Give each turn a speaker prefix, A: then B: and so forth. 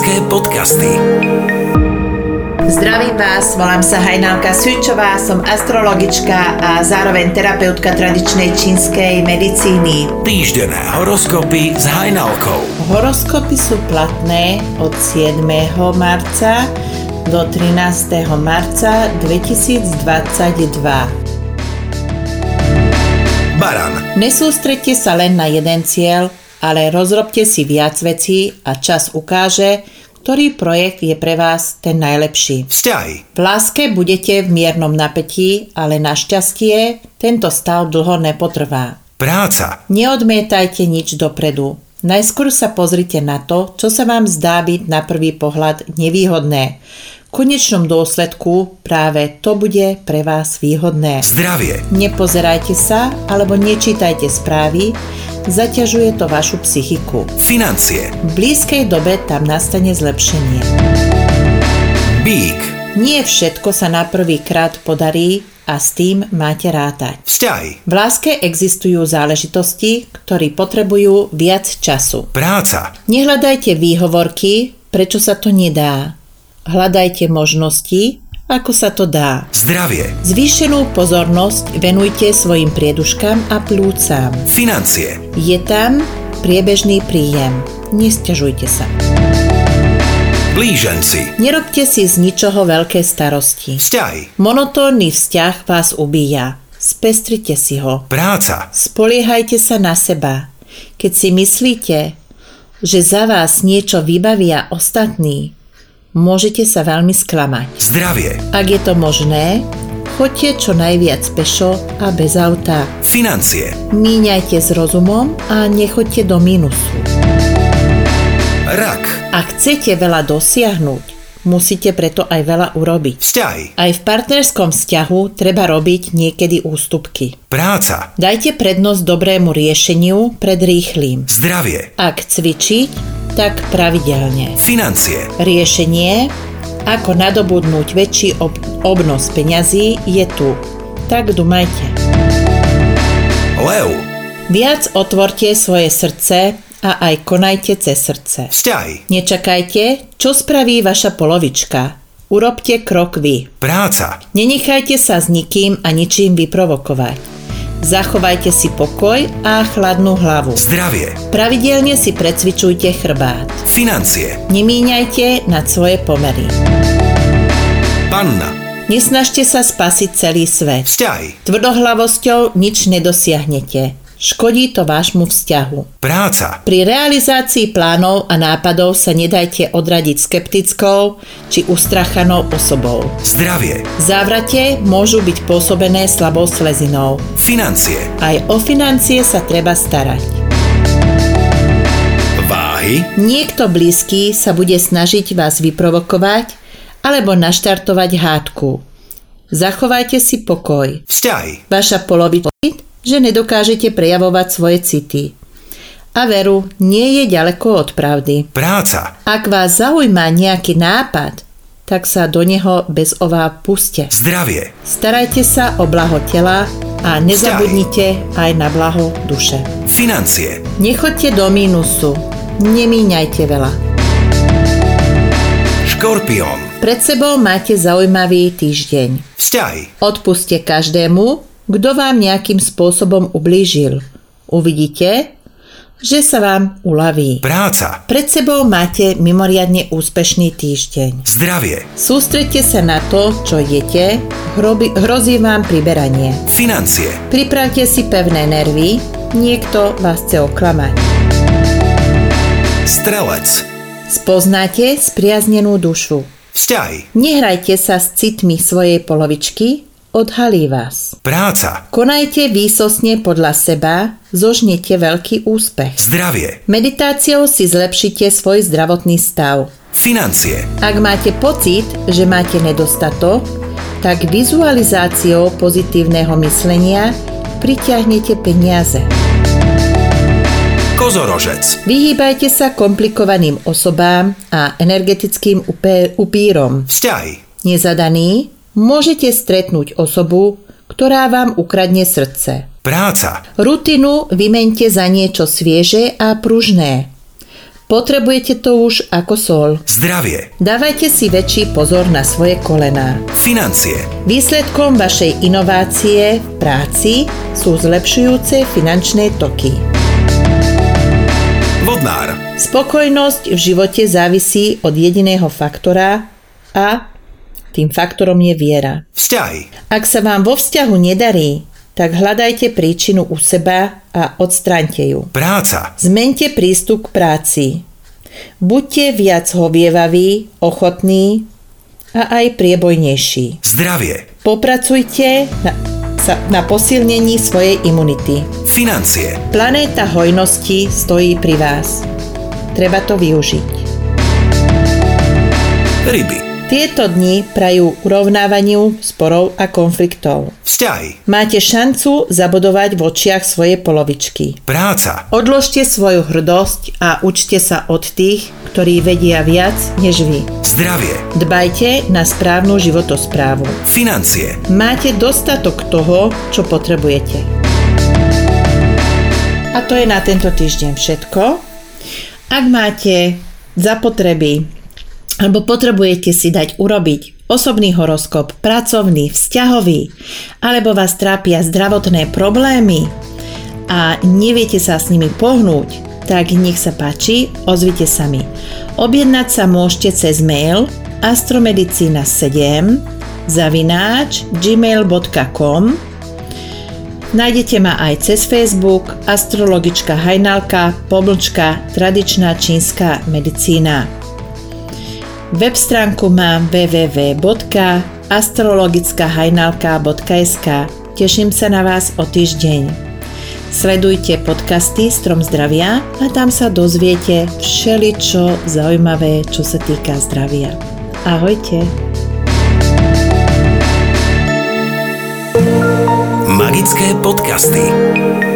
A: Podcasty.
B: Zdravím vás, volám sa Hajnalka Sučová, som astrologička a zároveň terapeutka tradičnej čínskej medicíny.
A: Týždenné horoskopy s Hajnalkou.
B: Horoskopy sú platné od 7. marca do 13. marca 2022.
A: Baran.
B: Nesústrete sa len na jeden cieľ, ale rozrobte si viac vecí a čas ukáže, ktorý projekt je pre vás ten najlepší.
A: Vzťahy.
B: V láske budete v miernom napätí, ale našťastie tento stav dlho nepotrvá.
A: Práca.
B: Neodmietajte nič dopredu. Najskôr sa pozrite na to, čo sa vám zdá byť na prvý pohľad nevýhodné. V konečnom dôsledku práve to bude pre vás výhodné.
A: Zdravie.
B: Nepozerajte sa alebo nečítajte správy, zaťažuje to vašu psychiku.
A: Financie.
B: V blízkej dobe tam nastane zlepšenie.
A: Bík.
B: Nie všetko sa na prvý krát podarí a s tým máte rátať.
A: Vzťahy.
B: V láske existujú záležitosti, ktoré potrebujú viac času.
A: Práca.
B: Nehľadajte výhovorky, prečo sa to nedá. Hľadajte možnosti, ako sa to dá.
A: Zdravie.
B: Zvýšenú pozornosť venujte svojim prieduškám a plúcam.
A: Financie.
B: Je tam priebežný príjem. Nestiažujte sa.
A: Blíženci.
B: Nerobte si z ničoho veľké starosti.
A: Vzťahy.
B: Monotónny vzťah vás ubíja. Spestrite si ho.
A: Práca.
B: Spoliehajte sa na seba. Keď si myslíte, že za vás niečo vybavia ostatní, môžete sa veľmi sklamať.
A: Zdravie.
B: Ak je to možné, choďte čo najviac pešo a bez auta.
A: Financie.
B: Míňajte s rozumom a nechoďte do minusu.
A: Rak.
B: Ak chcete veľa dosiahnuť, musíte preto aj veľa urobiť.
A: Vzťahy.
B: Aj v partnerskom vzťahu treba robiť niekedy ústupky.
A: Práca.
B: Dajte prednosť dobrému riešeniu pred rýchlým.
A: Zdravie.
B: Ak cvičiť, tak pravidelne.
A: Financie.
B: Riešenie, ako nadobudnúť väčší ob- obnos peňazí, je tu. Tak dumajte.
A: Lev.
B: Viac otvorte svoje srdce a aj konajte cez srdce.
A: Vzťahy.
B: Nečakajte, čo spraví vaša polovička. Urobte krok vy.
A: Práca.
B: Nenechajte sa s nikým a ničím vyprovokovať. Zachovajte si pokoj a chladnú hlavu.
A: Zdravie.
B: Pravidelne si precvičujte chrbát.
A: Financie.
B: Nemíňajte nad svoje pomery.
A: Panna.
B: Nesnažte sa spasiť celý svet.
A: Vzťahy.
B: Tvrdohlavosťou nič nedosiahnete. Škodí to vášmu vzťahu.
A: Práca.
B: Pri realizácii plánov a nápadov sa nedajte odradiť skeptickou či ustrachanou osobou.
A: Zdravie.
B: Závrate môžu byť pôsobené slabou slezinou.
A: Financie.
B: Aj o financie sa treba starať.
A: Váhy.
B: Niekto blízky sa bude snažiť vás vyprovokovať alebo naštartovať hádku. Zachovajte si pokoj.
A: Vzťahy.
B: Vaša polovica, že nedokážete prejavovať svoje city. A veru, nie je ďaleko od pravdy.
A: Práca.
B: Ak vás zaujíma nejaký nápad, tak sa do neho bez ováv puste.
A: Zdravie.
B: Starajte sa o blaho tela a nezabudnite aj na blaho duše.
A: Financie.
B: Nechoďte do mínusu, nemíňajte veľa.
A: Škorpión.
B: Pred sebou máte zaujímavý týždeň.
A: Vzťahy.
B: Odpuste každému, kto vám nejakým spôsobom ublížil. Uvidíte, že sa vám uľaví.
A: Práca.
B: Pred sebou máte mimoriadne úspešný týždeň.
A: Zdravie.
B: Sústrete sa na to, čo jete, hrobi, hrozí vám priberanie.
A: Financie.
B: Pripravte si pevné nervy, niekto vás chce oklamať.
A: Strelec.
B: Spoznáte spriaznenú dušu.
A: Vzťahy.
B: Nehrajte sa s citmi svojej polovičky, odhalí vás.
A: Práca.
B: Konajte výsosne podľa seba, zožnete veľký úspech.
A: Zdravie.
B: Meditáciou si zlepšite svoj zdravotný stav.
A: Financie.
B: Ak máte pocit, že máte nedostatok, tak vizualizáciou pozitívneho myslenia priťahnete peniaze.
A: Kozorožec.
B: Vyhýbajte sa komplikovaným osobám a energetickým upé- upírom.
A: Vzťahy.
B: Nezadaný môžete stretnúť osobu, ktorá vám ukradne srdce.
A: Práca.
B: Rutinu vymente za niečo svieže a pružné. Potrebujete to už ako sol.
A: zdravie,
B: Dávajte si väčší pozor na svoje kolená.
A: financie,
B: Výsledkom vašej inovácie v práci sú zlepšujúce finančné toky.
A: vodnár,
B: Spokojnosť v živote závisí od jediného faktora a tým faktorom je viera.
A: vzťahy,
B: Ak sa vám vo vzťahu nedarí, tak hľadajte príčinu u seba a odstráňte ju.
A: práca,
B: Zmente prístup k práci. Buďte viac hovievaví, ochotní a aj priebojnejší.
A: zdravie,
B: Popracujte na, sa, na posilnení svojej imunity.
A: financie,
B: Planéta hojnosti stojí pri vás. Treba to využiť.
A: ryby,
B: Tieto dni prajú urovnávaniu sporov a konfliktov.
A: vzťahy,
B: Máte šancu zabodovať v očiach svoje polovičky.
A: práca,
B: Odložte svoju hrdosť a učte sa od tých, ktorí vedia viac než vy.
A: zdravie,
B: Dbajte na správnu životosprávu.
A: financie,
B: Máte dostatok toho, čo potrebujete. A to je na tento týždeň všetko. Ak máte zapotreby alebo potrebujete si dať urobiť osobný horoskop, pracovný, vzťahový, alebo vás trápia zdravotné problémy a neviete sa s nimi pohnúť, tak nech sa páči, ozvite sa mi. Objednať sa môžete cez mail astromedicina7 zavináč gmail.com Nájdete ma aj cez Facebook astrologička Hajnalka, poblčka, tradičná čínska medicína. Web stránku mám www.astrologickahajnalka.sk Teším sa na vás o týždeň. Sledujte podcasty Strom zdravia a tam sa dozviete všeličo zaujímavé, čo sa týka zdravia. Ahojte!
A: magické podcasty.